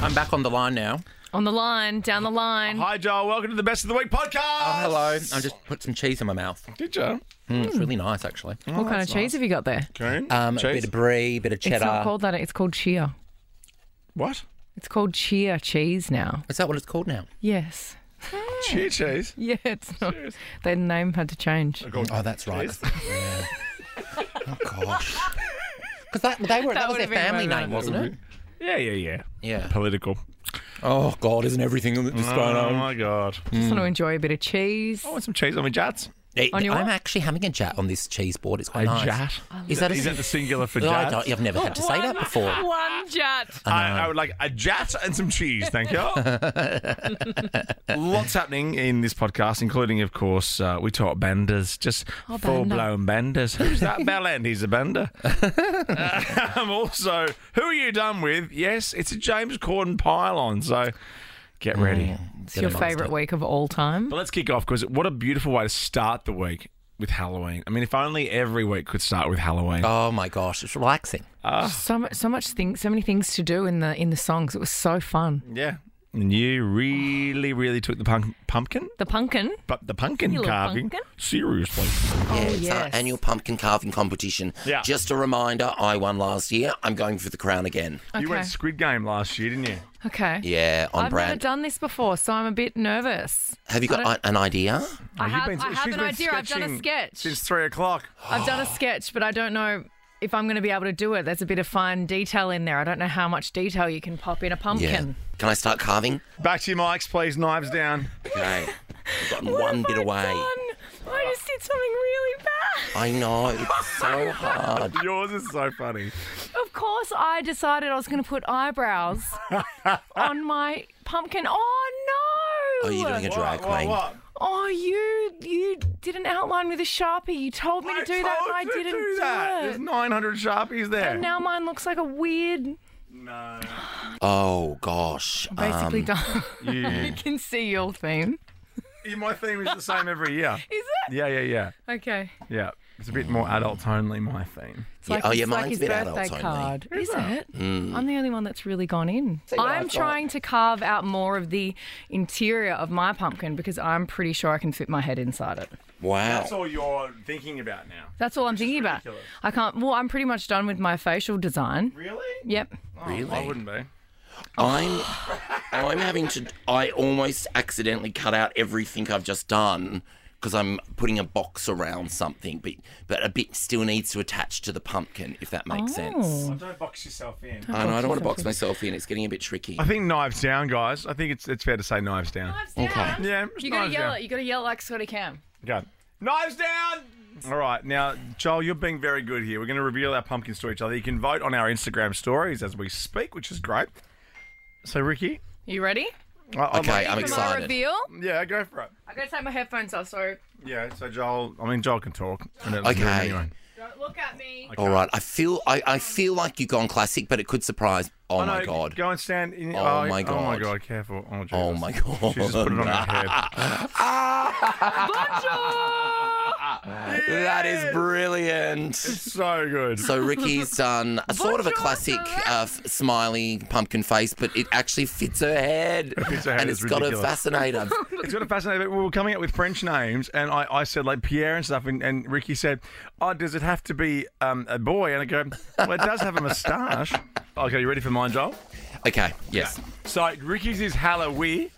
I'm back on the line now. On the line, down the line. Hi, Joel. Welcome to the Best of the Week podcast. Oh, hello. I just put some cheese in my mouth. Did you? Mm, It's really nice, actually. what kind of cheese have you got there? Coon? Um, a Mm. Cheese? bit of brie, bit of cheddar. It's not called that. It's called cheer. what? It's called cheer cheese now. Is that what it's called now? Yes. Cheer cheese. Yeah, it's not. Their name had to change. Oh, that's right. Yeah. oh gosh. Because that, they were, that, was their would've been family my name, wasn't Mm-hmm. it? Yeah, yeah, yeah. Yeah. Political. Oh god, isn't everything that's going Oh, on? my God. Just Mm. want to enjoy a bit of cheese. I want some cheese on my jats. Hey, On your I'm what? actually having a chat on this cheese board. It's quite nice. Is that a Is that the singular for No, I jats? don't, I've never had to say that before. One jut. I, I would like a jat and some cheese, thank you. Lots happening in this podcast, including, of course, uh, we talk benders, just full blown benders. Who's that? Bell End, he's a bender. um, also, who are you done with? Yes, it's a James Corden pylon, so get ready. It's your favourite week of all time. But let's kick off because what a beautiful way to start the week with Halloween. I mean, if only every week could start with Halloween. Oh my gosh, it's relaxing. So much, so much things, so many things to do in the in the songs. It was so fun. Yeah. And you really, really took the punk- pumpkin? The pumpkin. But the pumpkin You little carving? pumpkin. Seriously. Yeah, it's our Oh, yes. annual pumpkin carving competition. Yeah. Just a reminder, I won last year. I'm going for the crown again. You went Okay. Squid Game last year, didn't you? Okay. Yeah, on I've never brand. done this before, so I'm a bit nervous. Have you got I an idea? I Oh, You've have, I have she's an been idea. I've done a sketching sketch. Since three o'clock. I've done a sketch, but I don't know if I'm going to be able to do it. There's a bit of fine detail in there. I don't know how much detail you can pop in a pumpkin. Can I start carving? Back to your mics, please. Knives down. Okay. I've gotten one bit away. Oh I just did something really bad. I know, it's so hard. Yours is so funny. Of course, I decided I was going to put eyebrows on my pumpkin. Oh no! Oh, you're doing a drag What, queen. what, Oh, you you did an outline with a sharpie. You told me what? to do that, and I told you to didn't do that. do There's it. 900 Sharpies there. And now mine looks like a weird, no. Oh gosh. basically Um, done. You, you can see your theme. you- my theme is the same every year. Is it? Yeah, yeah, yeah. Okay. Yeah. It's a bit more adult only, my theme. It's Yeah, like, oh, yeah, it's mine's like his a bit birthday adults only. card. Is it? I'm the only one that's really gone in. Hmm. See what I I'm thought. trying to carve out more of the interior of my pumpkin because I'm pretty sure I can fit my head inside it. That's wow. all you're thinking about now. That's all I'm thinking about. ridiculous. I can't. Well, I'm pretty much done with my facial design. Really? Yep. Really? I wouldn't be. I'm I'm having to I almost accidentally cut out everything I've just done because I'm putting a box around something, but but a bit still needs to attach to the pumpkin if that makes sense. Don't box yourself in. I know I don't want to box myself in. It's getting a bit tricky. I think knives down, guys. I think it's it's fair to say knives down. Okay. Yeah, it's You gotta knives yell down. it. You gotta yell like Scotty Cam. Okay. Knives down! All right, now, Joel, you're being very good here. We're going to reveal our pumpkins to each other. You can vote on our Instagram stories as we speak, which is great. So, Ricky? You ready? I- I'd Okay, like- I'm For my excited. reveal, yeah, go for it. I gotta take my headphones off. So Yeah, so Joel, I mean, Joel can talk. I don't listen to him Okay. anyway. don't look at me. All right. I feel I, I feel like you've gone classic, but it could surprise. Oh I my know, god. Go and stand in. Oh my Oh my God. god! Careful. Oh, Jesus. Oh my god. She just put it on her head. That is brilliant. So good. So Ricky's done a sort of a classic uh, f- smiley pumpkin face, but it actually fits her head, fits her head, and it's got a ridiculous. fascinator. It's got a fascinating. We were coming up with French names, and I, I said like Pierre and stuff, and, and Ricky said, "Oh, does it have to be um, a boy?" And I go, "Well, it does have a moustache." okay, you ready for mine, Joel? Okay. Yes. So Ricky's is Halloween.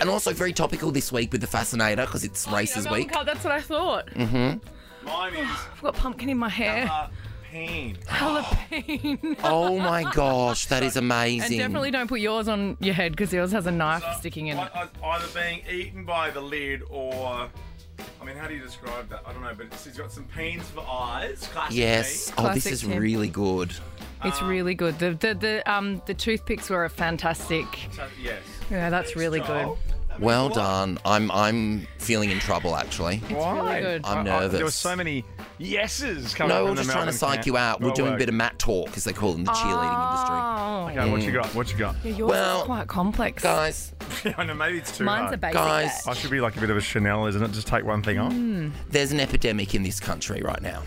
And also very topical this week with the fascinator because it's races Oh, No one week. cut, That's what I thought. Mm. Mine is I've got pumpkin in my hair. pain. Jalapeno. Oh my gosh, that is And amazing. definitely don't put yours on your head because yours has a knife sticking in it. Uh, Either being eaten by the lid, or I mean, how do you describe that? I don't know, but he's got some pains for eyes. Classic Yes. Oh, this Classic is Tim. really good. It's really good. The the the um the toothpicks were a fantastic. yes. Yeah, that's really good. Well done. I'm I'm feeling in trouble actually. Why? really good. I'm I- I- there were nervous. so many yeses coming No, from we're the just trying to Melbourne psych camp. you out. We're Well doing a worked. bit of mat talk, as they call it in the cheerleading industry. Oh, Okay, what you mm. got? What you got? yeah, yours Well, is quite complex. Guys, I know, maybe it's too Mine's hard. a basic. Guys. I Mm. should be like a bit of a Chanel, isn't it? Just take one thing off. there's an epidemic in this country right now.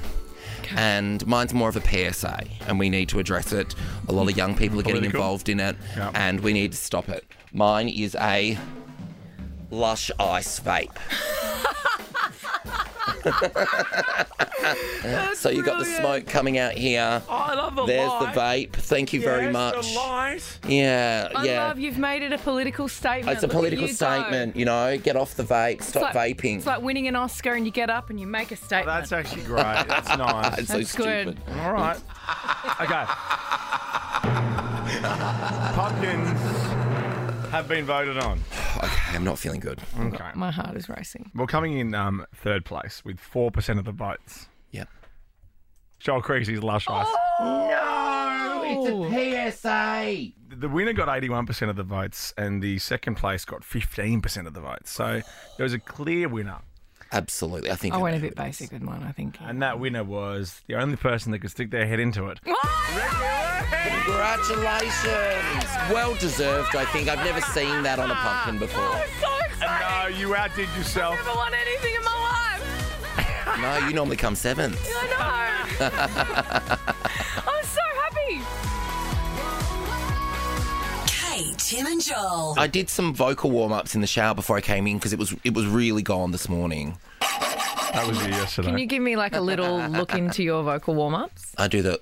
And mine's more of a PSA, and we need to address it. A lot of young people are getting Political. involved in it, Yeah. and we need to stop it. Mine is a lush ice vape. so you got the smoke coming out here. I love the There's the Oh, vape. Thank you very much. Yeah, I yeah. love you've made it a political statement. It's a Look at political you go. statement, you know. Get off the vape. It's Stop like- vaping. It's like winning an Oscar and you get up and you make a statement. That's actually great. That's nice. it's so That's good. stupid. All right. Okay. Pumpkins have been voted on. Oh, Okay, I'm not feeling good. Okay. My heart is racing. Well, coming in um, third place with 4% of the votes, Yeah. Joel Creasy's Lush Ice. Oh! No, it's a PSA. The winner got 81% of the votes, and the second place got 15% of the votes. So there was a clear winner. Absolutely, I think. I it- went a bit basic with mine, I think. And that winner was the only person that could stick their head into it. Congratulations. Well deserved, I think. I've never seen that on a pumpkin before. so excited. No, you outdid yourself. I want anything in my life. No, you normally come seventh. I know. I'm so happy. Kate, Tim, and Joel. I did some vocal warm ups in the shower before I came in because it was it was really gone this morning. That was you yesterday. Can you give me like a little look into your vocal warm ups? I do the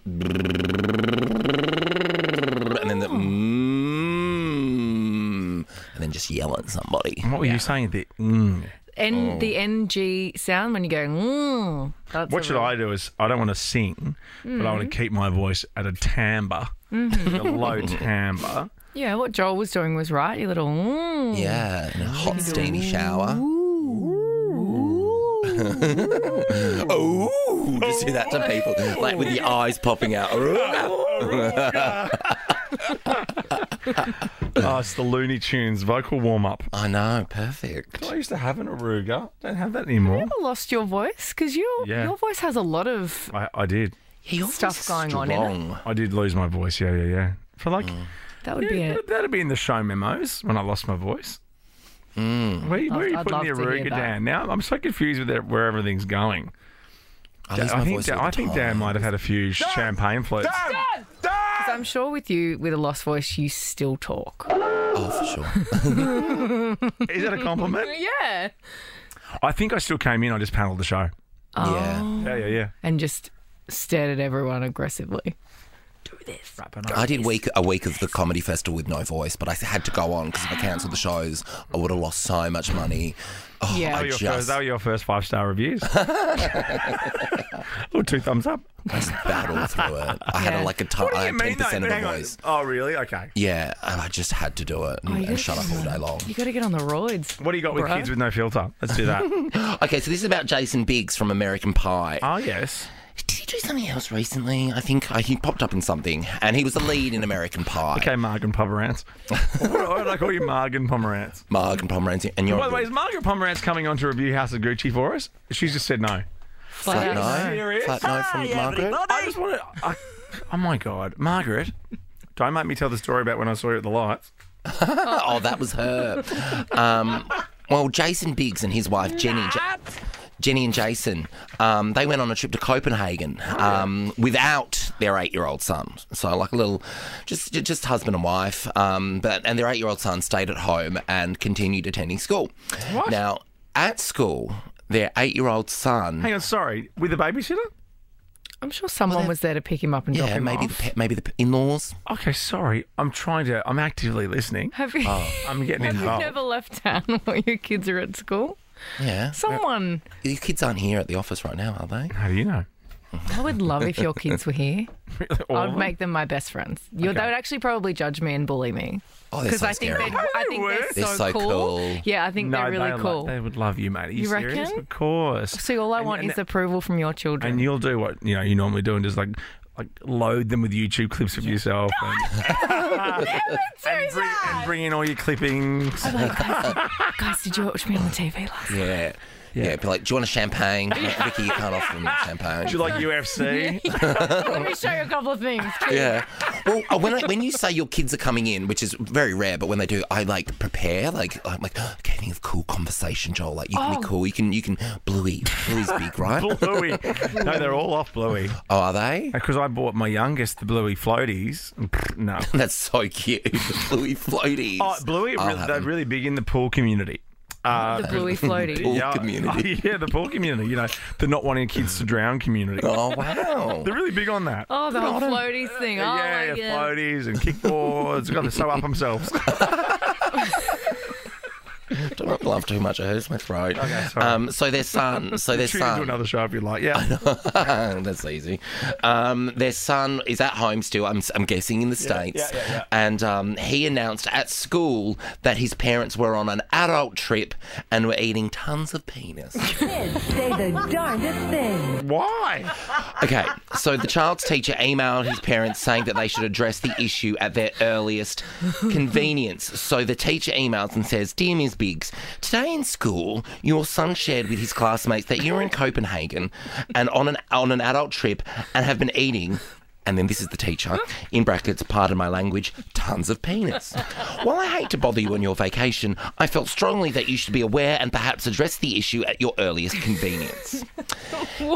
and then the Oh. mm, and then just yell at somebody. what were you saying? Mm. The, Oh. And the NG sound when you go, mm, that's What a should real- I do is I don't want to sing, but I want Mm. to keep my voice at a timbre, Mm-hmm. a low timbre. Yeah, what Joel was doing was right. Your little, mm. Yeah, in a hot steamy shower. Ooh, just do that to people, like with the eyes popping out. oh, it's the Looney Tunes vocal warm up. I know, perfect. I used to have an Aruga. Don't have that anymore. lost your voice because your Yeah. your voice has a lot of I, I did. He Stuff going on in it. I did lose my voice. Yeah, yeah, yeah. For like, Mm. that would be yeah, it. that'd be in the show memos when I lost my voice. Mm. Where, where are you I'd putting the love to hear Aruga that. down? Now I'm so confused with that, where everything's going. I, lose my I think voice Dan, all the I think time. Dan might have had a few champagne floats. I'm sure with you with a lost voice, you still talk. Oh, for sure. Is that a compliment? Yeah, I think I still came in. I just panelled the show. Oh. Yeah. Yeah, yeah, yeah. and just stared at everyone aggressively. I did week a week of the comedy festival with no voice, but I had to go on because if I cancelled the shows, I would have lost so much money. Oh, Yeah. I That were your first, just that were your first five star reviews. or two thumbs up. battled through it. I Yeah. had a, like a ti- I had ten percent of the voice. Oh, really? Okay. Yeah, and I just had to do it and, and shut up all day long. You got to get on the roids. What do you got with Bruh. kids with no filter? Let's do that. Okay, so this is about Jason Biggs from American Pie. oh, yes. Did he do something else recently? I think uh, he popped up in something, and he was the lead in American Pie. Okay, Margan Pomerantz. what, what did I call you, Margan Pomerantz? Marg and Pomerantz, and you're By the way, is Margan Pomerantz coming on to review House of Gucci for us? She's just said no. Flat flat out. no, serious? flat no from Margaret. I just want to. I, oh, my God. Margaret, don't make me tell the story about when I saw you at the lights. Oh, that was her. Um, well, Jason Biggs and his wife Jenny, Ja- Jenny and Jason, um, they went on a trip to Copenhagen Oh, um, without their eight-year-old son. So, like a little, just ju- just husband and wife. Um, but and their eight-year-old son stayed at home and continued attending school. What? Now at school, their eight-year-old son. Hang on, sorry. With a babysitter? I'm sure someone was there to pick him up and drop yeah, him maybe the off. pe- maybe the pe- in-laws. Okay, sorry. I'm trying to. I'm actively listening. Have you, Oh. I'm getting have you involved. never left town while your kids are at school? Yeah, Someone, your kids aren't here at the office right now, are they? How do you know? I would love if your kids were here. All of I'd them? make them my best friends. You, Okay. They would actually probably judge me and bully me. Oh, they're because so I think scary. they're, I think would. they're They're so, so cool. cool. Yeah, I think No, they're really they lo- cool. they would love you, mate. Are you, You serious? reckon? Of course. so all I And- want and- is approval from your children. And you'll do what you know you normally do, and just like like load them with YouTube clips of yourself, and, and, bring, and bring in all your clippings. Guys, did you watch me on the TV last? Yeah. Yeah, be like, do you want a champagne? Vicky, you can't offer them champagne. Do you like UFC? Let me show you a couple of things. Yeah. Well, uh, when I, when you say your kids are coming in, which is very rare, but when they do, I like prepare. Like I'm like, okay, think of cool conversation, Joel. Like you can Oh. be cool. You can you can bluey. Bluey's big, right? Bluey. No, they're all off Bluey. Oh, are they? Because I bought my youngest the Bluey floaties. and pfft, No. That's so cute. The bluey floaties. Oh, Bluey, I'll really, have they're them. really big in the pool community. the bluey floaty. Pool community. yeah, the pool community. You know, the not wanting kids to drown community. Oh wow. They're really big on that. Oh, the whole floaty thing. Oh, yeah, my yeah, God. floaties and kickboards. God, they're so up themselves. Don't laugh too much. It hurts my throat. sorry. um, so their son. So their Tune into son. another show if you like. Yeah. That's easy. Um, their son is at home still. I'm, I'm guessing in the states, yeah, yeah. and um, he announced at school that his parents were on an adult trip and were eating tons of penis. Kids say the darndest things. Why? okay, so the child's teacher emailed his parents saying that they should address the issue at their earliest convenience. So the teacher emails and says, "Dear Ms. Biggs, today in school, your son shared with his classmates that you were in Copenhagen and on an on an adult trip and have been eating." And then this is the teacher, in brackets, pardon my language, tons of penis. While I hate to bother you on your vacation, I felt strongly that you should be aware and perhaps address the issue at your earliest convenience.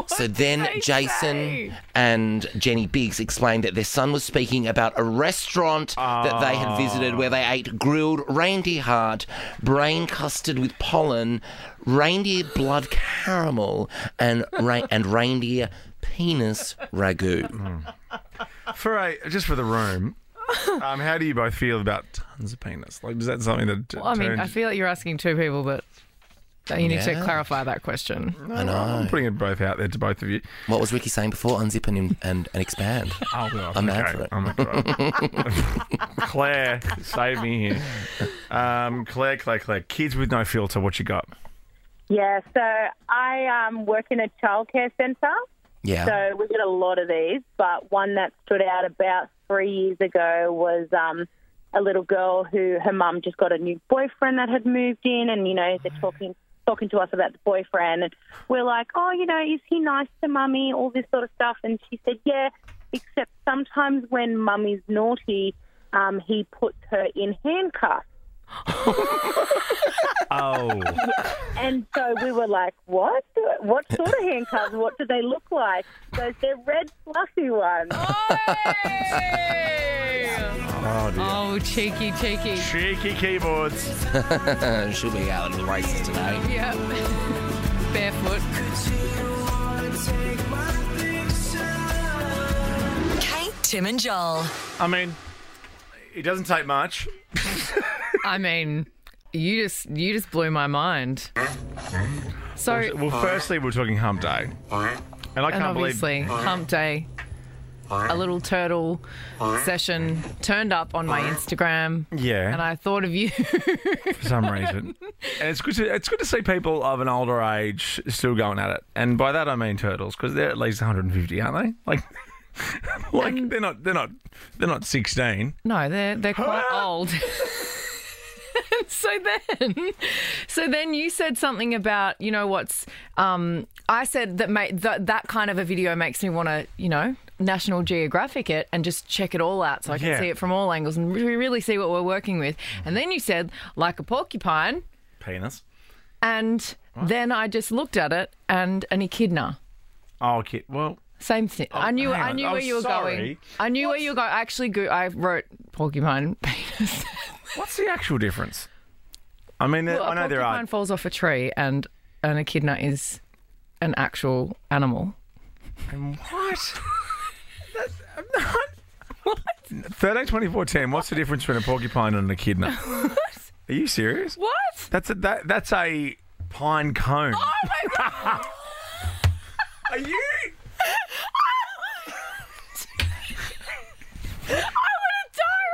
So then they Jason say? and Jenny Biggs explained that their son was speaking about a restaurant that they had visited where they ate grilled reindeer heart, brain custard with pollen, reindeer blood caramel, and re- and reindeer penis ragu. For a just for the room. Um, how do you both feel about tons of penis? Like, is that something that? Well, I mean, turns- I feel like you're asking two people, but you need Yeah. to clarify that question. I know. I'm putting it both out there to both of you. What was Ricky saying before? Unzip and and, and expand. Oh, well, I'm mad for it. Oh my god. Claire, save me here. Um, Claire, Claire, Claire. Kids with no filter. What you got? Yeah, so I um, work in a childcare centre, Yeah. so we get a lot of these, but one that stood out about three years ago was um, a little girl who her mum just got a new boyfriend that had moved in, and you know they're talking talking to us about the boyfriend, and we're like, oh, you know, is he nice to mummy? All this sort of stuff, and she said, yeah, except sometimes when mummy's naughty, um, he puts her in handcuffs. Oh, And so we were like, what? What sort of handcuffs? What do they look like? So they're red fluffy ones. oh dear. oh, cheeky, cheeky. Cheeky keyboards. Uh, she'll be out of the races today. Yeah. Barefoot. Kate, Tim, and Joel. I mean, it doesn't take much. I mean, you just you just blew my mind. So Well, firstly, we're talking hump day, and I and can't believe obviously hump day. A little turtle session turned up on my Instagram. Yeah. And I thought of you. for some reason. and it's good to it's good to see people of an older age still going at it. And by that I mean turtles because they're at least 150, aren't they? Like. Like they're not, they're not, they're not sixteen. No, they're they're quite old. so then, so then you said something about you know what's. Um, I said that ma- th- that kind of a video makes me want to you know National Geographic it and just check it all out so I can Yeah. see it from all angles and re- really see what we're working with. And then you said like a porcupine, Penis. and then I just looked at it and an echidna. Oh, kid. Well, Same thing. I knew. Oh, hang I on. knew I'm where you were sorry. going. I knew where you were going. I actually, go- I wrote porcupine penis. what's the actual difference? I mean, there- Well, I know a there porcupine are. falls off a tree, and an echidna is an actual animal. And what? That- I'm not. Thirteen twenty four ten. What's the difference between a porcupine and an echidna? Are you serious? What? That's a that, that's a pine cone. Oh my god! Are you? Die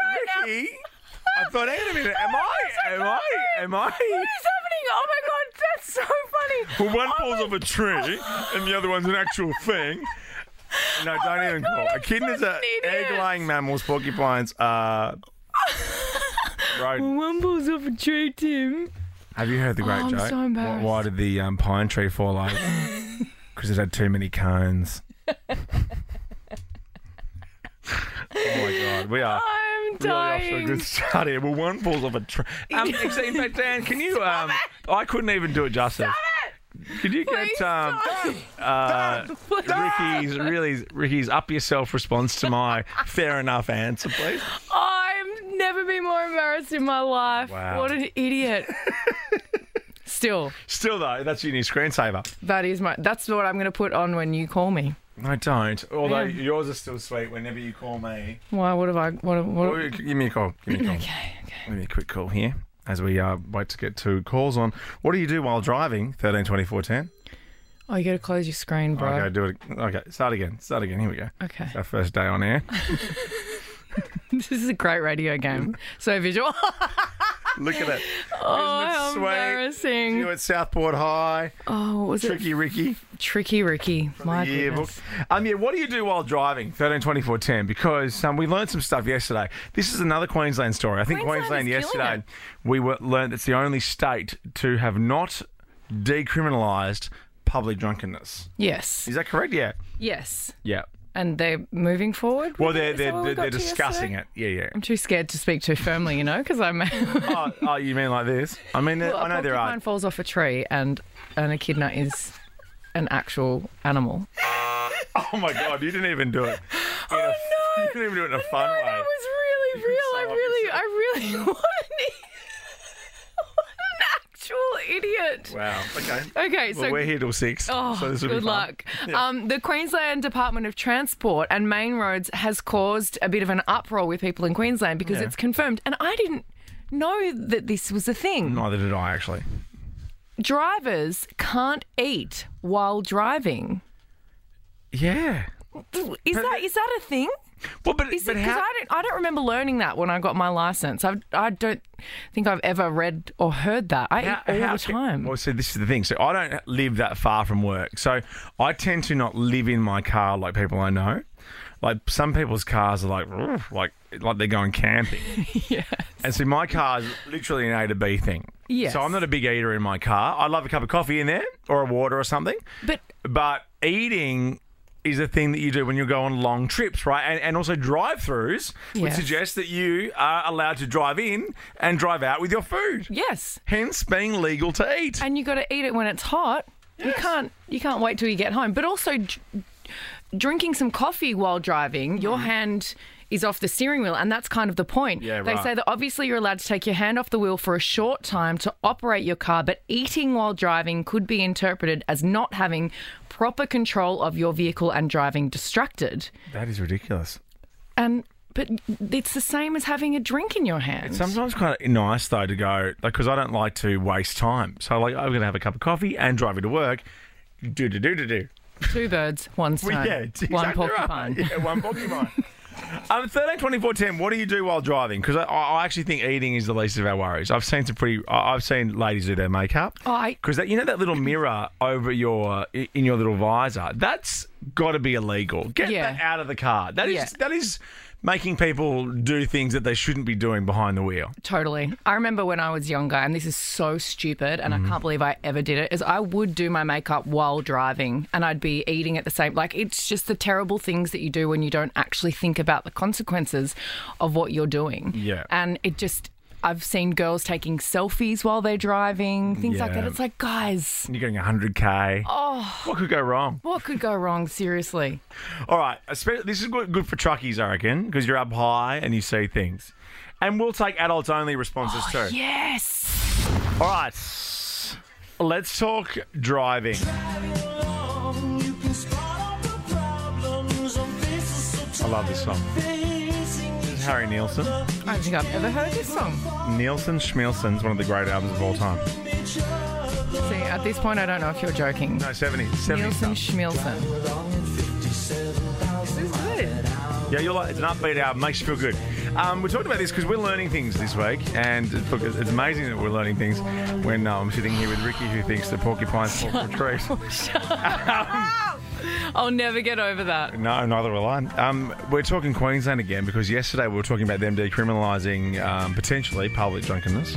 right now! Ricky? I thought, hang on a minute. Oh Am I? Am I? Am I? What is Oh happening? Oh my god, that's so funny. Well, one falls off a tree, and the other one's an actual thing. No, don't even call. Oh I'm Echidnas such are an idiot. egg-laying mammals. Porcupines are. Right. One falls off a tree, Tim. Have you heard the great Oh, I'm joke? so Why- embarrassed. Why did the um, pine tree fall over? Because it had too many cones. oh my god, we are. I'm Really off to a dying. good start here. Well, one falls off a tree. Um, actually, in fact, Dan, can you? Um, I couldn't even do it justice. Could you Please get um, uh, Ricky's really Ricky's up yourself response to my fair enough answer, please? I've never been more embarrassed in my life. Wow. What an idiot. Still, Still though, that's your new screensaver. that is my. That's what I'm going to put on when you call me. I don't. Although Yeah. yours is still sweet. Whenever you call me, Why? What have I? What? what Oh, give me a call. Give me a call. okay, okay. Give me a quick call here as we uh, wait to get two calls on. What do you do while driving? Thirteen twenty four ten. oh, you got to close your screen, bro. Okay, do it. Okay, start again. Start again. Here we go. Okay. It's our first day on air. This is a great radio game. So visual. Look at it. oh, Isn't it how sweet? embarrassing. You at Southport High, oh, what was Tricky Ricky, it? Tricky Ricky. My yearbook. goodness. Um, yeah, what do you do while driving? 13, 24, 10, because um, we learned some stuff yesterday. This is another Queensland story. I think Queensland Queensland, is killing yesterday, we were, learned it's the only state to have not decriminalised public drunkenness. Yes. Is that correct? Yeah. Yes. Yeah. And they're moving forward. Well, with they're, it? Is that they're, what we they're, got they're to discussing yesterday? it. Yeah, yeah. I'm too scared to speak too firmly, you know, because I'm. oh, oh, you mean like this? I mean, there- I know there are. One falls off a tree, and an echidna is an actual animal. Oh my god, you didn't even do it. Oh no! You didn't even do it in a fun way. Oh, That was really real. I so really, I really want an, what an actual idiot. Wow. Okay. Okay, Well, so we're here till six. Oh, so this will be good fun. luck. Um, the Queensland Department of Transport and Main Roads has caused a bit of an uproar with people in Queensland because Yeah. it's confirmed. And I didn't know that this was a thing. Neither did I actually. Drivers can't eat while driving. Yeah. Is that is that a thing? Well, but, Is but it because how? I don't I don't remember learning that when I got my license. I I don't think I've ever read or heard that. I how- eat all how the can- time. Well, so this is the thing. So I don't live that far from work. So I tend to not live in my car like people I know. Like some people's cars are like "Roof," like like they're going camping. And so my car's literally an A to B thing. Yes. So I'm not a big eater in my car. I love a cup of coffee in there or a water or something. But But eating is a thing that you do when you go on long trips, right? And, and also drive-throughs would Yes. suggest that you are allowed to drive in and drive out with your food. yes, Hence being legal to eat. and you got to eat it when it's hot. You can't you can't wait till you get home. But also, d- drinking some coffee while driving, Mm. your hand is off the steering wheel, and that's kind of the point. Yeah, they right. say that obviously you're allowed to take your hand off the wheel for a short time to operate your car, but eating while driving could be interpreted as not having proper control of your vehicle and driving distracted. that is ridiculous. And but it's the same as having a drink in your hand. Sometimes kind of nice though to go because I don't like to waste time. So like I'm gonna have a cup of coffee and drive you to work. Do do do do do. Two birds, one stone. Well, yeah, it's one exactly porcupine. Right. Yeah, one porcupine. Um, 13, 24, 10, what do you do while driving? Because I, I actually think eating is the least of our worries. I've seen some pretty, I- I've seen ladies do their makeup. Oh, I- Because you know that little mirror over your, i- in your little visor, that's got to be illegal. Get Yeah. that out of the car. That is, Yeah. that is making people do things that they shouldn't be doing behind the wheel. Totally. I remember when I was younger, and this is so stupid, and Mm-hmm. I can't believe I ever did it. Is I would do my makeup while driving, and I'd be eating at the same. Like it's just the terrible things that you do when you don't actually think about the consequences of what you're doing. Yeah. And it just, I've seen girls taking selfies while they're driving, things like that. Yeah. It's like, guys, And you're going 100K. Oh. What could go wrong? what could go wrong? Seriously. All right, espe- this is good, good for truckies, I reckon, because you're up high and you see things. And we'll take adults only responses too. Oh, Yes. All right, let's talk driving. I love this song. This is Harry Nielsen. I don't think I've ever heard this song. Nielsen Schmielsen's one of the great albums of all time. See, at this point, I don't know if you're joking. No, 70s. 70s Nielsen stuff. Schmielsen. This is good. Yeah, you're like, it's an upbeat album. Makes you feel good. Um, we talked about this because we're learning things this week, and look, it's it's amazing that we're learning things. When uh, I'm sitting here with Ricky, who thinks that porcupines fall from trees. I'll never get over that. No, neither will I. Um, we're talking Queensland again because yesterday we were talking about them decriminalising um, potentially public drunkenness.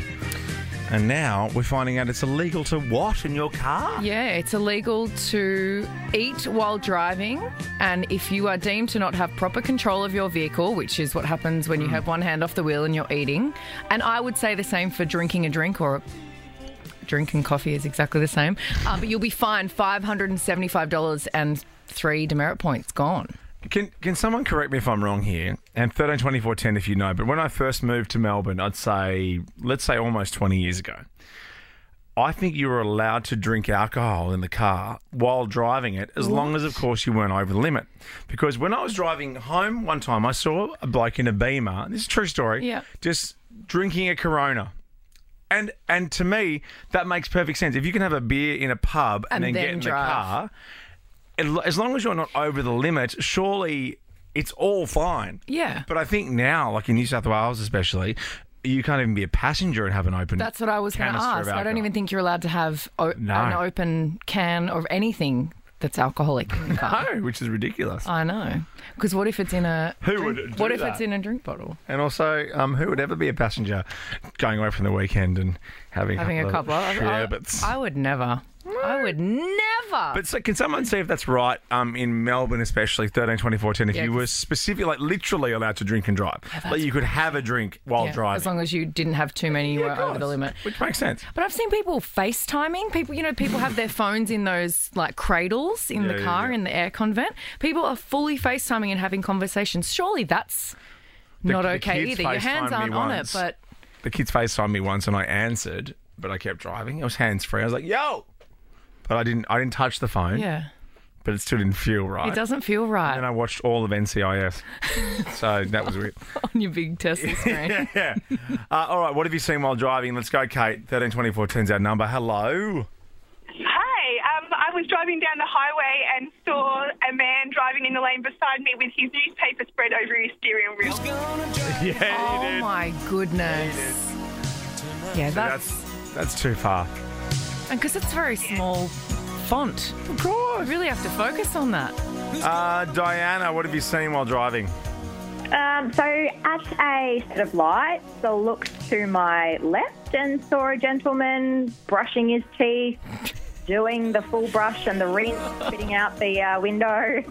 And now we're finding out it's illegal to what in your car? Yeah, it's illegal to eat while driving. And if you are deemed to not have proper control of your vehicle, which is what happens Mm. when you have one hand off the wheel and you're eating, and I would say the same for drinking a drink or drink and coffee is exactly the same, uh, but you'll be fined $575 and three demerit points gone. Can can someone correct me if I'm wrong here? And thirteen twenty four ten if you know. But when I first moved to Melbourne, I'd say let's say almost twenty years ago. I think you were allowed to drink alcohol in the car while driving it, as long as, of course, you weren't over the limit. Because when I was driving home one time, I saw a bloke in a Beamer. This is a true story. Yeah. Just drinking a Corona. And and to me, that makes perfect sense. If you can have a beer in a pub and, And then, then get in drive. the car, as as long as you're not over the limit, surely it's all fine. Yeah. But I think now, like in New South Wales especially, you can't even be a passenger and have an open. That's what I was going to canister ask. of I don't alcohol. even think you're allowed to have o- No. an open can of anything that's alcoholic in the car. No, which is ridiculous. I know. Because what if it's in a. Who drink- would do What if that? it's in a drink bottle? and also, um, who would ever be a passenger going away from the weekend and having Having a couple. of I- I- sherbets? I, would never. I would never. But so, can someone see if that's right um, in Melbourne, especially 13, 24, 10, if Yeah, you were specifically, like literally allowed to drink and drive? like you could have a drink while Yeah, driving. As long as you didn't have too many, you Yeah, of were over the course. limit. Which makes sense. But I've seen people FaceTiming. People, you know, people have their phones in those like cradles in Yeah, the yeah, car, yeah. in the air convent. People are fully FaceTiming and having conversations. Surely that's not the okay kids either. Your hands FaceTimed aren't me on it, once. but the kids FaceTimed me once and I answered, but I kept driving. It was hands free. I was like, yo. But I didn't I didn't touch the phone. yeah, But it still didn't feel right. it doesn't feel right And I watched all of NCIS. so that was weird. on your big Tesla screen. Yeah. Uh, all right, what have you seen while driving? Let's go, Kate. 132410's our number. Hello. Hi, um, I was driving down the highway and saw a man driving in the lane beside me with his newspaper spread over his steering wheel. Oh Yeah, my goodness. Yeah, that's That's that's too far. because it's very small font. Of course. We really have to focus on that. Uh, Diana, what have you seen while driving? Um, so at a set of lights, I looked to my left and saw a gentleman brushing his teeth, doing the full brush and the rinse, spitting out the uh, window.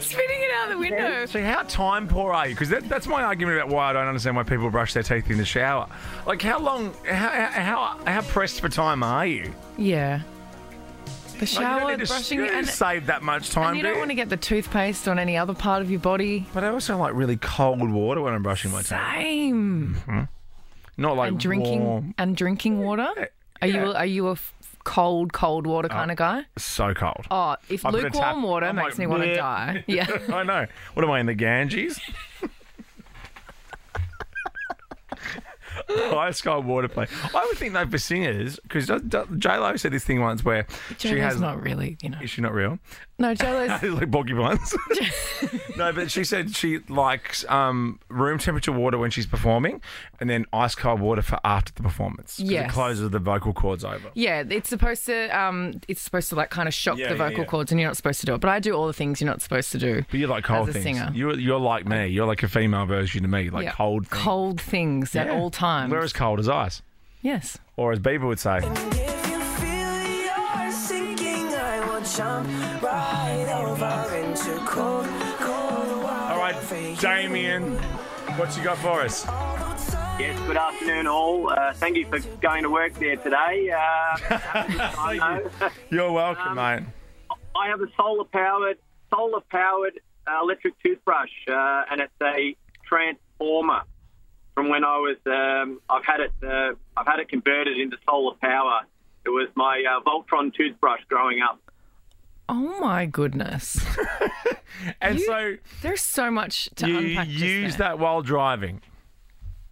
Spitting it out the window. So how time poor are you? Because that, that's my argument about why I don't understand why people brush their teeth in the shower. Like how long, how how how, how pressed for time are you? Yeah. The Like, you shower, don't need to, brushing, you don't need and, to save that much time. and you do don't want to get the toothpaste on any other part of your body. But I also like really cold water when I'm brushing my teeth. Same. Not like And drinking warm, and drinking water. Are you are you a f- cold cold water kind of guy? so cold. Oh, if Uh, I put a lukewarm tap- water I'm makes like, me want to "Bleh." die. Yeah. I know. What am I in the Ganges? High sky water play. I would think though for singers, because J Lo said this thing once where she Jolo's has not really, you know. Is she not real? No, Jolo's like porcupines. no, but she said she likes um, room temperature water when she's performing, and then ice cold water for after the performance. 'cause Yes. it closes the vocal cords over. Yeah, it's supposed to um it's supposed to like kind of shock Yeah, the yeah, vocal yeah. cords and you're not supposed to do it. But I do all the things you're not supposed to do. But you like cold As a things. singer. You're you're like me. You're like a female version of me. Like Yeah. cold. things. Cold things at Yeah. all times. We're as cold as ice, yes. or as Bieber would say. If you feel you're sinking, I will jump right over into cold, cold water. All right, Damien, what you got for us? Yes, good afternoon, all. Uh, thank you for going to work there today. Uh, I, know. You're Um, welcome, mate. I have a solar powered, solar powered uh, electric toothbrush, uh, and it's a transformer. From when I was, um, I've had it, uh, I've had it converted into solar power. It was my uh, Voltron toothbrush growing up. Oh my goodness. And You- so There's so much to you unpack. just use there. that while driving.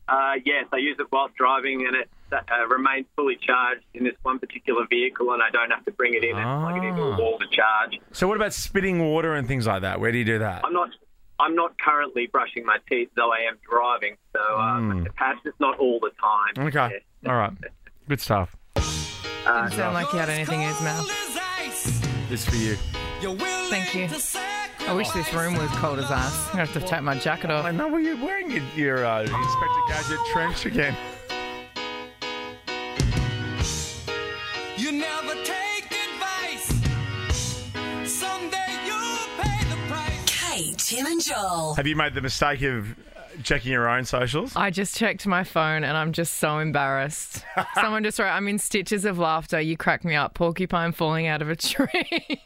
Uh, yes, I use it whilst driving, and it uh, remains fully charged in this one particular vehicle, and I don't have to bring it in and plug it into a wall to charge. So what about spitting water and things like that? Where do you do that? I'm not. I'm not currently brushing my teeth, though I am driving. So Hmm. um, perhaps it's not all the time. Okay. All right. Good stuff. Didn't sound like he had anything in his mouth. This for you. Thank you. I wish this room was cold as ice. I'm gonna have to take my jacket I off. know. Well, you're wearing your, your uh, Inspector Gadget trench again. Tim and Joel. Have you made the mistake of uh, checking your own socials? I just checked my phone and I'm just so embarrassed. Someone just wrote, I'm in stitches of laughter. You crack me up. Porcupine falling out of a tree.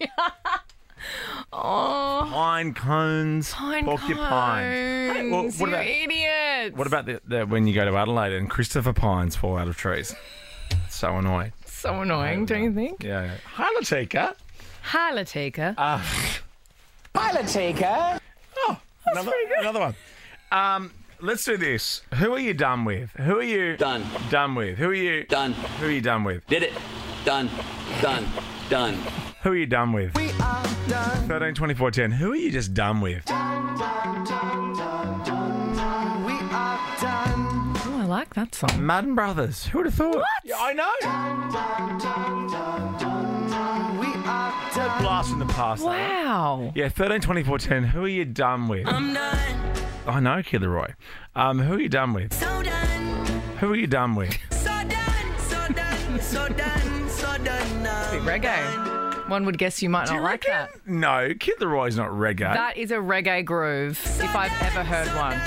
oh, Pine cones, pine porcupine. cones, Well, what you about- idiots. What about the, the, when you go to Adelaide and Christopher pines fall out of trees? So annoying. So annoying, don't you think? Yeah. Hi, Latika. Hi, Latika. Another, another one. Um, let's do this. Who are you done with? Who are you Done. Done with? Who are you Done. Who are you done with? Did it. Done. Done. Done. Who are you done with? We are done. 13, 24, 10. Who are you just done with? oh, I like that song. Madden Brothers. Who would have thought? What? Yeah, I know. We are done. Blast in the past. that one. Wow. Yeah, 13, 24, 10. Who are you done with? I'm done. I know, Killeroy. Um, who are you done with? So done. Who are you done with? Reggae. One would guess you might not like that. No, Killeroy's not reggae. That is a reggae groove, if I've ever heard one.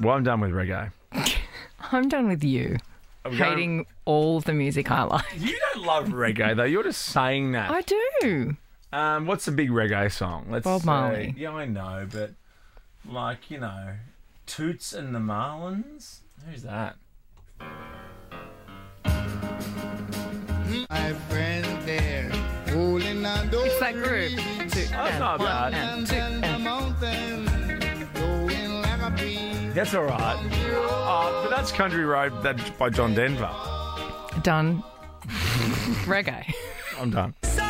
Well, I'm done with reggae. I'm done with you I'm going- hating all the music I like. You don't love reggae though. You're just saying that. I do. Um, what's a big reggae song? Let's Bob say- Marley. Yeah, I know, but like you know, Toots and the Marlins. Who's that? It's that groove. Two That's and not one bad. and two and- That's all right. Uh, but that's Country Road that by John Denver. Done. reggae. I'm done. So,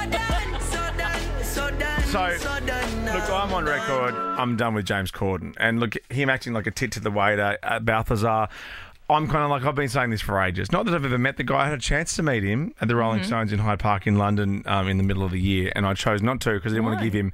look, I'm on record. I'm done with James Corden. And look, him acting like a tit to the waiter at Balthazar. I'm kind of like, I've been saying this for ages. Not that I've ever met the guy. I had a chance to meet him at the Rolling Stones in Hyde Park in London um, in the middle of the year. And I chose not to because I didn't want to give him.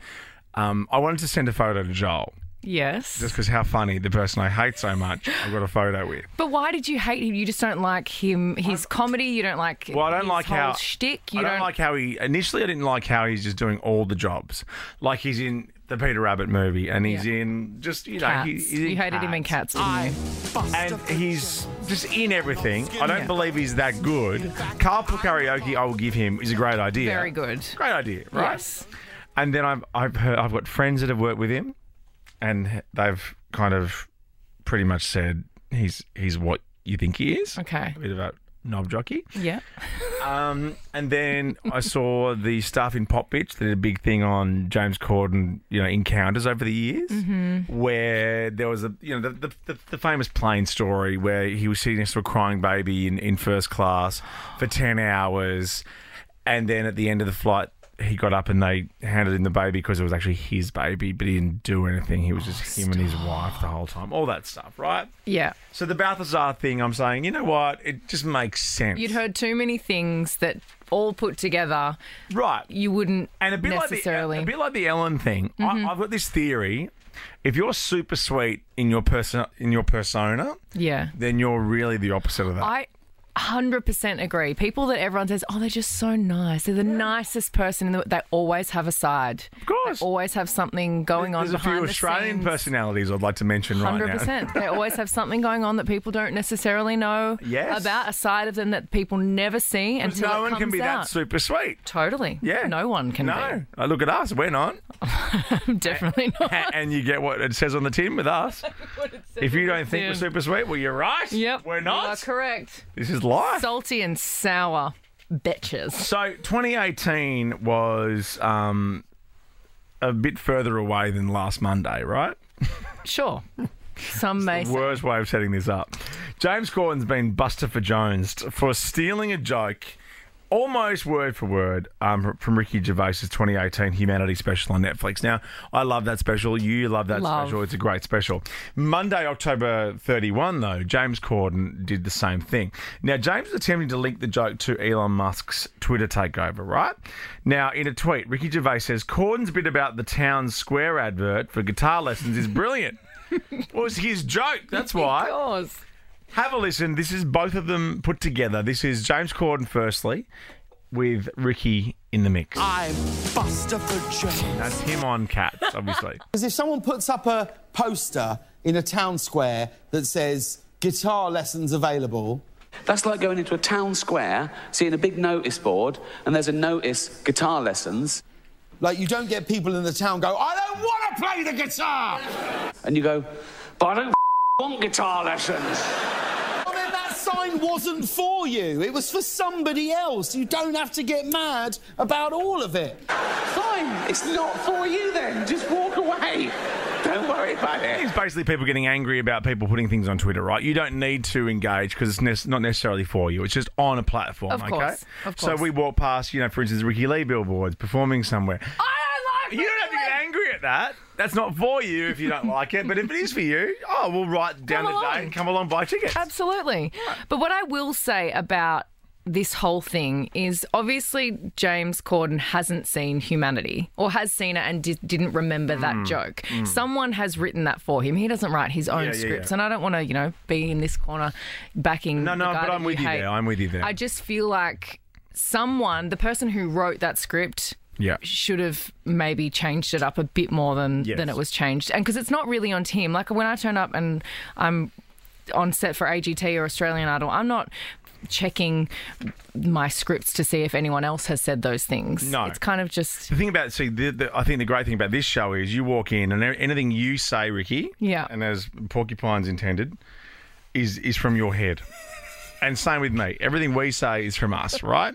Um, I wanted to send a photo to Joel Yes. just because how funny the person I hate so much I've got a photo with. But why did you hate him? You just don't like him, his comedy. You don't like. Well, I don't his like whole how shtick. You I don't, like how he initially. I didn't like how he's just doing all the jobs. Like he's in the Peter Rabbit movie, and he's Yeah. in just you know Cats. he, he's in you hated him in Cats, didn't you? and he's just in everything. I don't believe he's that good. Carpool karaoke, I will give him is a great idea. Very good. Great idea, right? Yes. And then I've I've heard, I've got friends that have worked with him, and they've kind of pretty much said he's he's what you think he is. Okay. A bit of a knob jockey. Yeah. Um, and then I saw the stuff in Pop Bitch that did a big thing on James Corden, you know, encounters over the years, Mm-hmm. where there was a, you know, the, the, the, the famous plane story where he was sitting next to a crying baby in, in first class for 10 hours. And then at the end of the flight, he got up and they handed him the baby because it was actually his baby, but he didn't do anything. He was Oh, just him and his wife the whole time. All that stuff, right? Yeah. So the Balthazar thing, I'm saying, you know what? It just makes sense. You'd heard too many things that all put together, right. you wouldn't And a bit necessarily. Mm-hmm. like the a bit like the Ellen thing. I, I've got this theory: if you're super sweet in your person in your persona, yeah. then you're really the opposite of that. I 100% agree. People that everyone says, oh, they're just so nice. They're the nicest person. In the, they always have a side. Of course. They always have something going on There's a behind few the Australian scenes. personalities I'd like to mention right now. 100%. they always have something going on that people don't necessarily know Yes. about, a side of them that people never see until no it one comes can be out. that super sweet. Totally. Yeah. No one can No. Uh, Look at us. We're not. be. Definitely not. A- and you get what it says on the tin with us. if you don't think we're tin. super sweet, well, you're right. Yep. We're You are not. correct. This is life. Salty and sour bitches. So 2018 was um, a bit further away than last Monday, right? Sure. Some may say. Worst way of setting this up. James Corden's been Buster for Jones for stealing a joke, almost word for word, um, from Ricky Gervais's 2018 Humanity special on Netflix. Now, I love that special. You love that Love. special. It's a great special. Monday, October 31, though, James Corden did the same thing. Now, James was attempting to link the joke to Elon Musk's Twitter takeover, right? Now, in a tweet, Ricky Gervais says Corden's bit about the town square advert for guitar lessons is brilliant. Well, it's his joke. That's Of why. course. Have a listen. This is both of them put together. This is James Corden, firstly, with Ricky in the mix. I'm Buster for Jones. That's him on Cats, obviously. Because if someone puts up a poster in a town square that says guitar lessons available, That's like going into a town square, seeing a big notice board, and there's a notice guitar lessons, like you don't get people in the town go, I don't want to play the guitar. and you go, but I don't want guitar lessons. Well, then that sign wasn't for you. It was for somebody else. You don't have to get mad about all of it. Fine, it's not for you then. Just walk away. Don't worry about it. It's basically people getting angry about people putting things on Twitter, right? You don't need to engage because it's ne- not necessarily for you. It's just on a platform, Of okay? course, of So course. we walk past, you know, for instance, Ricky Lee billboards performing somewhere. I You don't have to get angry at that. That's not for you if you don't like it. But if it is for you, oh, we'll write down Come the along. day and come along buy tickets. Absolutely. But what I will say about this whole thing is obviously James Corden hasn't seen Humanity or has seen it and di- didn't remember that Mm, joke. mm. Someone has written that for him. He doesn't write his own Yeah, yeah, scripts, yeah. and I don't want to, you know, be in this corner backing. No, no, the guy but that I'm with you hate. there. I'm with you there. I just feel like someone, the person who wrote that script, Yeah. should have maybe changed it up a bit more than Yes. than it was changed. And because it's not really on team. Like when I turn up and I'm on set for AGT or Australian Idol, I'm not checking my scripts to see if anyone else has said those things. No. it's kind of just The thing about see, the, the, I think the great thing about this show is you walk in and e- anything you say, Ricky, Yeah. and as porcupines intended, is is from your head. And same with me. Everything we say is from us, right?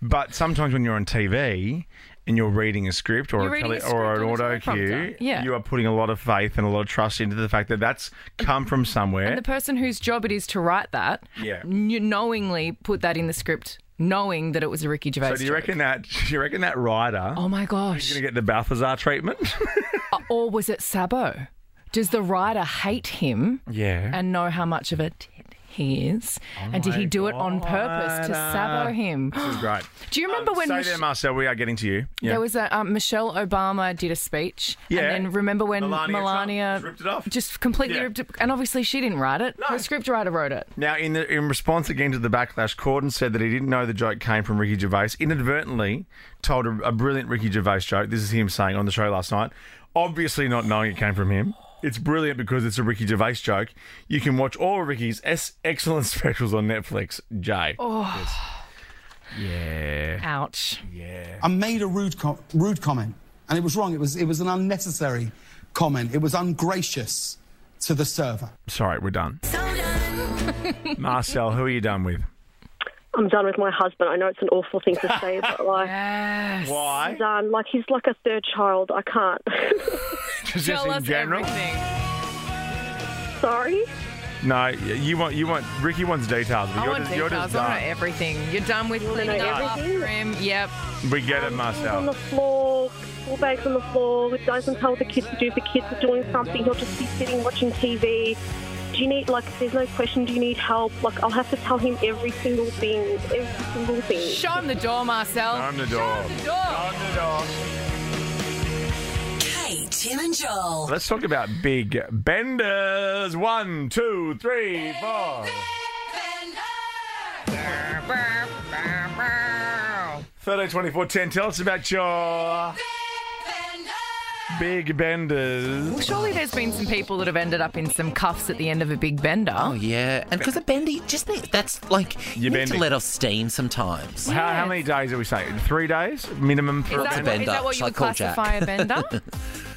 but sometimes when you're on TV and you're reading a script or You're a reading tele, a script or an on a auto cue, teleprompter. Yeah. you are putting a lot of faith and a lot of trust into the fact that that's come from somewhere. and the person whose job it is to write that, Yeah. kn- knowingly put that in the script, knowing that it was a Ricky Gervais. so do you joke. reckon that? Do you reckon that writer? Oh my gosh! Is going to get the Balthazar treatment? Uh, or was it Sabo? Does the writer hate him? Yeah. Oh And know how much of a tit he is? and did my he do it on purpose to God. Sabo him? This is great. Um, Do you remember when Say Mich- there, Marcel. We are getting to you. Yeah. there was a um, Michelle Obama did a speech? Yeah. And then remember when Melania Melania, Trump just ripped it off. just completely Yeah. ripped it? And obviously she didn't write it. The script writer wrote it. now, in the, in response again to the backlash, Corden said that he didn't know the joke came from Ricky Gervais. Inadvertently, told a, a brilliant Ricky Gervais joke. This is him saying on the show last night. Obviously, not knowing it came from him. It's brilliant because it's a Ricky Gervais joke. You can watch all of Ricky's es- excellent specials on Netflix. Jay. Oh, Yeah. ouch. Yeah. I made a rude, com- rude comment, and it was wrong. It was, it was an unnecessary comment. It was ungracious to the server. Sorry, we're done. Marcel, who are you done with? I'm done with my husband. I know it's an awful thing to say, but like, Why? I'm done. Like he's like a third child. I can't. Just in general? Sorry. No, you want you want Ricky wants details, but I you're want just, you're details. just I done. want to know everything. You're done with wanna know cleaning up, prim. Yep. We get it, On Marcel. the floor, school bags on the floor. He doesn't tell the kids to do. If the kids are doing something, he'll just be sitting watching TV. Do you need like? There's no question. Do you need help? Like I'll have to tell him every single thing. Every single thing. Show him the door, Marcel. Show him the door. Hey, Tim and Joel. Let's talk about big benders. One, two, three, four. Thirteen twenty-four ten. Tell us about your big benders. Well, surely there's been some people that have ended up in some cuffs at the end of a big bender. Oh yeah, and because a bendy just need, that's like you need bendy. to let off steam sometimes. How, how many days are we saying? Three days minimum for Is a that, bender. what- is that what you would classify a bender?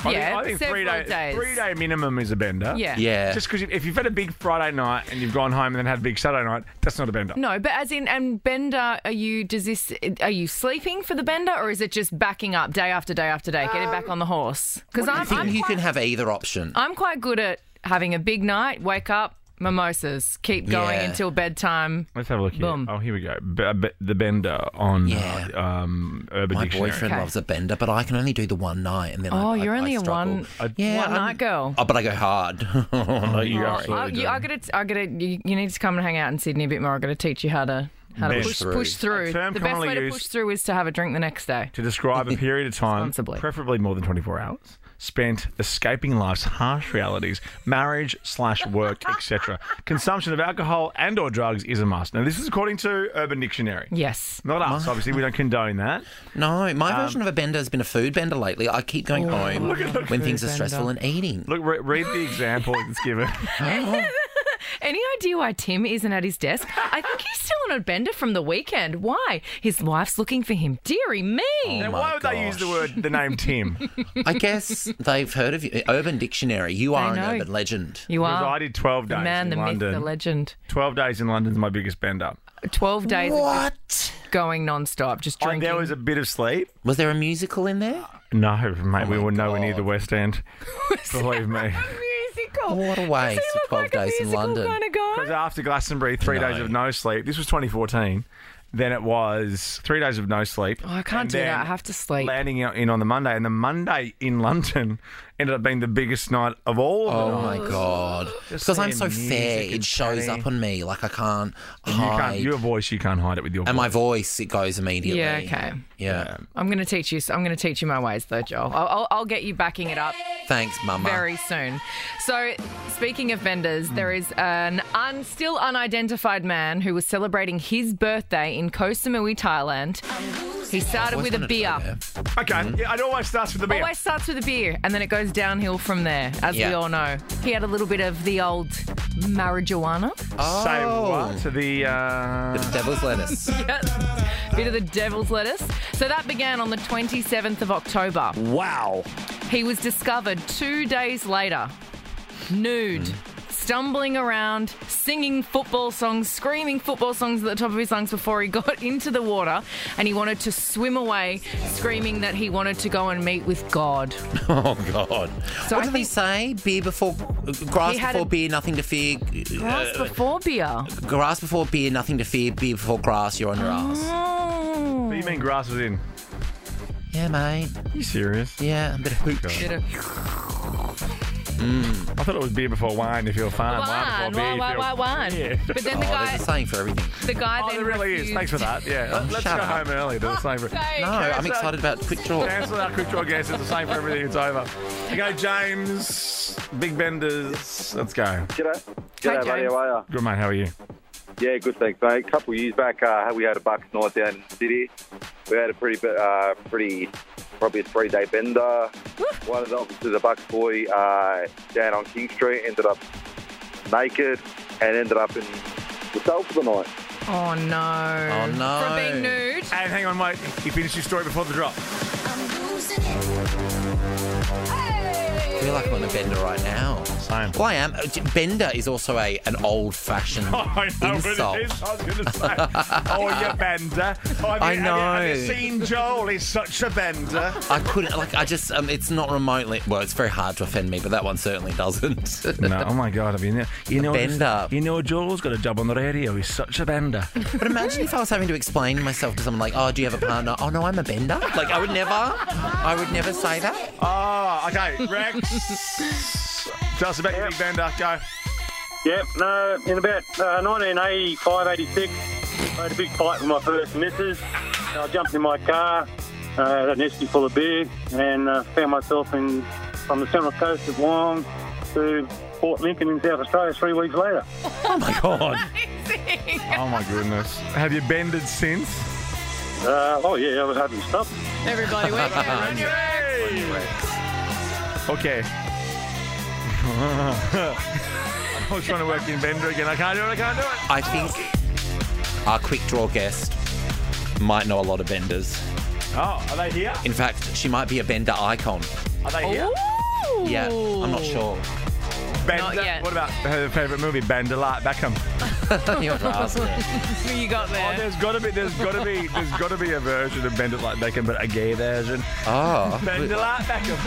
I yeah, think, I think several three day, days. Three day minimum is a bender. Yeah. Yeah. Just because if you've had a big Friday night and you've gone home and then had a big Saturday night, that's not a bender. No, but as in, and bender, are you? Does this? Are you sleeping for the bender, or is it just backing up day after day after day, getting Um, back on the horse? Because I I'm, think I'm you quite, can have either option. I'm quite good at having a big night, wake up, mimosas, keep going Yeah. until bedtime. Let's have a look here. Oh, here we go. B- b- the bender on Yeah. uh, um, Urban My Dictionary. boyfriend loves a bender, but I can only do the one night, and then I- Oh, I, you're I only a struggle. one, one night girl. Oh, but I go hard. no, you Oh, I, you, I gotta, I gotta. You, you need to come and hang out in Sydney a bit more. I gotta teach you how to how to Push push through. push through. A term the best commonly way to used- push through is to have a drink the next day. To describe a period of time, preferably more than 24 hours, spent escaping life's harsh realities, marriage slash work, etc. Consumption of alcohol and or drugs is a must. Now, this is according to Urban Dictionary. Yes. Not us, obviously. We don't condone that. No, Um, my version of a bender has been a food bender lately. I keep going Oh, home look at that when things food are stressful bender. and eating. Look, re- read the example that's given. Oh Any idea why Tim isn't at his desk? I think he's still on a bender from the weekend. Why? His wife's looking for him. Deary me. Oh. now, why would they use the word, the name Tim? I guess they've heard of you. Urban Dictionary. You are an know. urban legend. You Because are. I did 12 The days man, in the myth, London. the legend. 12 days in London's my biggest bend up. 12 days what? of just going nonstop, just drinking. there was a bit of sleep. Was there a musical in there? Oh. No, mate, we were nowhere near the West End. Believe me. musical. What a waste of 12 days in London. Because after Glastonbury, three days of no sleep. This was 2014. Then it was three days of no sleep. Oh, I can't And do that. then I have to sleep. Landing out in on the Monday, and the Monday in London ended up being the biggest night of all. Of the Oh my nights. god! Just Because I'm their so fair, music and it shows chatting. up on me. Like I can't You hide. can't, your voice, you can't hide it with your and my voice, it goes immediately. Yeah, okay. Yeah. I'm going to teach you. I'm going to teach you my ways, though, Joel. I'll, I'll, I'll get you backing it up Thanks, Mama. very soon. So, speaking of vendors, there is an un, still unidentified man who was celebrating his birthday in Koh Samui, Thailand. He started with a beer. Okay, Hmm? yeah, it always starts with the beer. Always starts with a beer, and then it goes downhill from there, as we Yeah. all know. He had a little bit of the old marijuana. Say Oh. what? To the uh... the devil's lettuce. Yep. Bit of the devil's lettuce. So that began on the 27th of October. Wow. He was discovered two days later, nude, Hmm. stumbling around, singing football songs, screaming football songs at the top of his lungs before he got into the water and he wanted to swim away, screaming that he wanted to go and meet with God. Oh god! what do they say? Beer before grass He had before a- beer, nothing to fear. Grass uh, before beer. grass before beer, nothing to fear. Beer before grass, you're on your ass. Oh. You mean grass was in? Yeah, mate. You serious? Yeah, a bit of hooch. Bit of- I thought it was beer before wine. If you're fine, Wine, before beer. wine, wine, if you're- wine, wine. But then the oh, guy, there's a saying for everything. the guy Oh, then there really is. refused- Thanks for that. Yeah, Oh, Let- let's go shut up. home early. Oh, They're the same for. Okay. No, I'm excited about quick draw. Cancel our quick draw guess. It's the same for everything. It's over. You go, James. Big Benders. Let's go. G'day. G'day, buddy. James. How are Good mate. How are you? you? Yeah, good, thanks, mate. A couple of years back, uh, we had a Bucks night down in the city. We had a pretty, bit- uh, pretty, probably a three-day bender. One of the officers, a Bucks boy, uh, down on King Street, ended up naked and ended up in the cell for the night. Oh no. Oh, no. For being nude. And hang on, mate. You finished your story before the drop. I feel like I'm on a bender right now. Same. Well, I am. Uh, j- Bender is also a an old fashioned I know what insult. it is. I was going to say. Oh, you bender. Oh, have I you- have you- Have you, know. seen Joel? He's such a bender. I couldn't like. I just. Um, it's not remotely. Well, it's very hard to offend me, but that one certainly doesn't. No, oh my God! I mean, you A know, bend up. you know, Joel's got a job on the radio. He's such a bender. But imagine if I was having to explain myself to someone like, "Oh, do you have a partner? Oh no, I'm a bender." Like I would never. I would never say that. Oh, okay, Rex. Tell us about your big bender. Go. Yep, no, in about uh, 1985, 86, I had a big fight with my first missus. I jumped in my car, uh, had an esky full of beer, and uh, found myself in from the central coast of Wong to Port Lincoln in South Australia three weeks later. Oh my God. Oh my goodness. Have you bended since? Uh, oh, yeah, I was having stuff. Everybody, wake up. Okay. I was trying to work in bender again. I can't do it. I can't do it. I think our quick draw guest might know a lot of benders. Oh, are they here? In fact, she might be a bender icon. Are they here? Yeah, I'm not sure. Bender. What about her favourite movie? Bender Light Beckham. You're you got Oh, there. there's gotta be, there's gotta be, there's gotta be a version of Bend It Like Beckham, but a gay version. Oh. Bend It Like Beckham.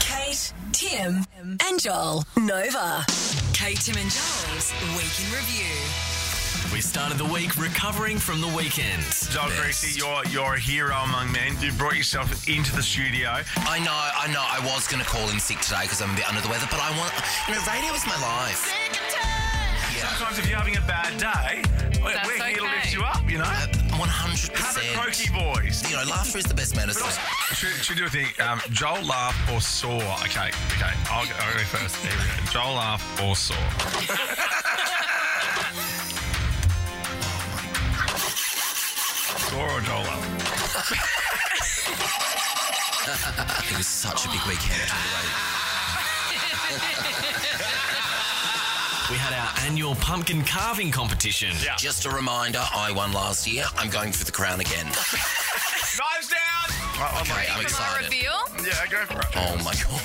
Kate, Tim, and Joel. Nova. Kate, Tim, and Joel's Week in Review. We started the week recovering from the weekend. Joel Greasy, you're you're a hero among men. You brought yourself into the studio. I know, I know. I was going to call in sick today because I'm a bit under the weather, but I want, you know, radio is my life. Sometimes if you're having a bad day, we're, That's we're here to okay. lift you up. You know. 100%. Have a croaky voice. You know, laughter is the best medicine. Should, should we do a thing? Um, Joel laugh or saw? Okay, okay. I'll go, I'll go first. Here we go. Joel laugh or saw. saw or Joel laugh? it was such a big weekend. We had our annual pumpkin carving competition. Just a reminder, I won last year. I'm going for the crown again. Knives down! Oh okay, I'm excited. Yeah, go for it. Oh my god.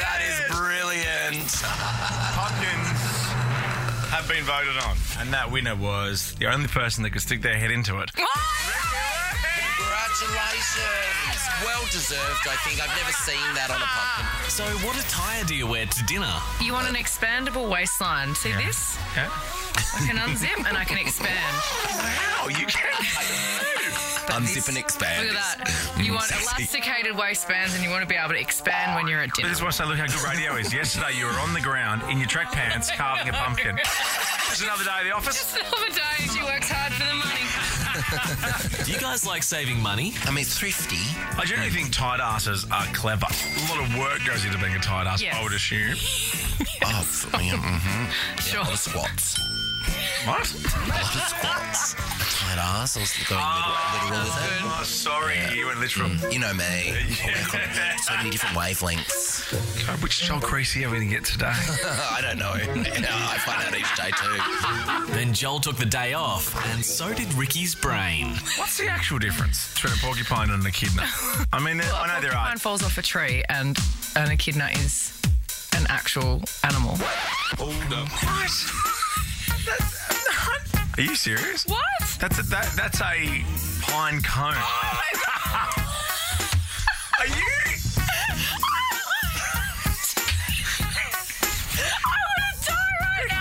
That is brilliant. Pumpkins have been voted on. And that winner was the only person that could stick their head into it. Congratulations. Well deserved, I think. I've never seen that on a pumpkin. So, what attire do you wear to dinner? You want an expandable waistline. See this? Yeah. I can unzip and I can expand. Oh, Wow, you can. Unzip and expand. Look at that. You Mm, want sexy. elasticated waistbands and you want to be able to expand when you're at But dinner. this is why I say, look how good radio is. Yesterday, you were on the ground in your track pants carving a pumpkin. Just another day at the office. Just another day. She works hard for the money. Do you guys like saving money? I mean, thrifty. I generally think tight asses are clever. A lot of work goes into being a tight ass, Yes. I would assume. Oh, mm-hmm. Sure. lot of squats. A What? lot of squats. Tight ass. I was going Ah, literal, literal with it. Oh, sorry, you went literal. You know me. So many different wavelengths. God, which Joel Creasy are we going to get today? I don't know. Yeah, I find out each day too. Then Joel took the day off, and so did Ricky's brain. What's the actual difference between a porcupine and an echidna? I mean, there- I know there are. One falls off a tree and an echidna is an actual animal. What? Are you serious? What? That's a, that, that's a pine cone. Are you?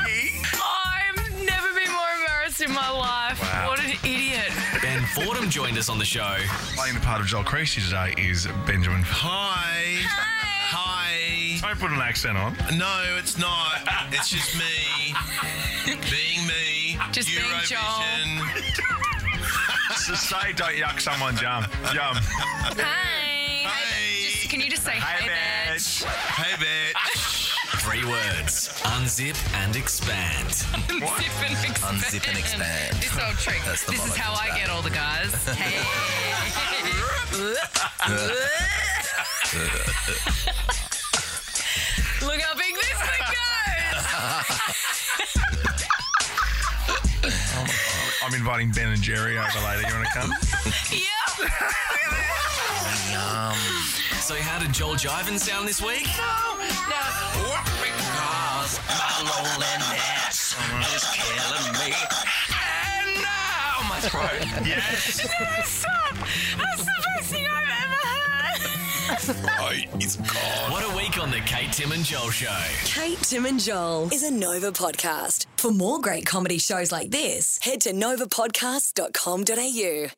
I've never been more embarrassed in my life. Wow. What an idiot. Ben Fordham joined us on the show. Playing the part of Joel Creasy today is Benjamin. Hi. Hi. Don't put an accent on. No, it's not. It's just me being me. Just being So say don't yuck someone, Jum. Jum. Hey. Just, can you just say hey, bitch? Hey, bitch. Three words unzip and expand. Unzip and expand. Unzip and expand. This old trick. That's the This is one I how I think get all the guys. Hey. Look how big this thing goes. I'm inviting Ben and Jerry over later. You want to come? Yum. So, how did Joel Jiven sound this week? Because my loneliness is killing me. And now my throat. Yes. Stop. That's the best thing I've ever heard. Right, it's gone. What a week on the Kate, Tim, and Joel show. Kate, Tim, and Joel is a Nova podcast. For more great comedy shows like this, head to novapodcast.com.au.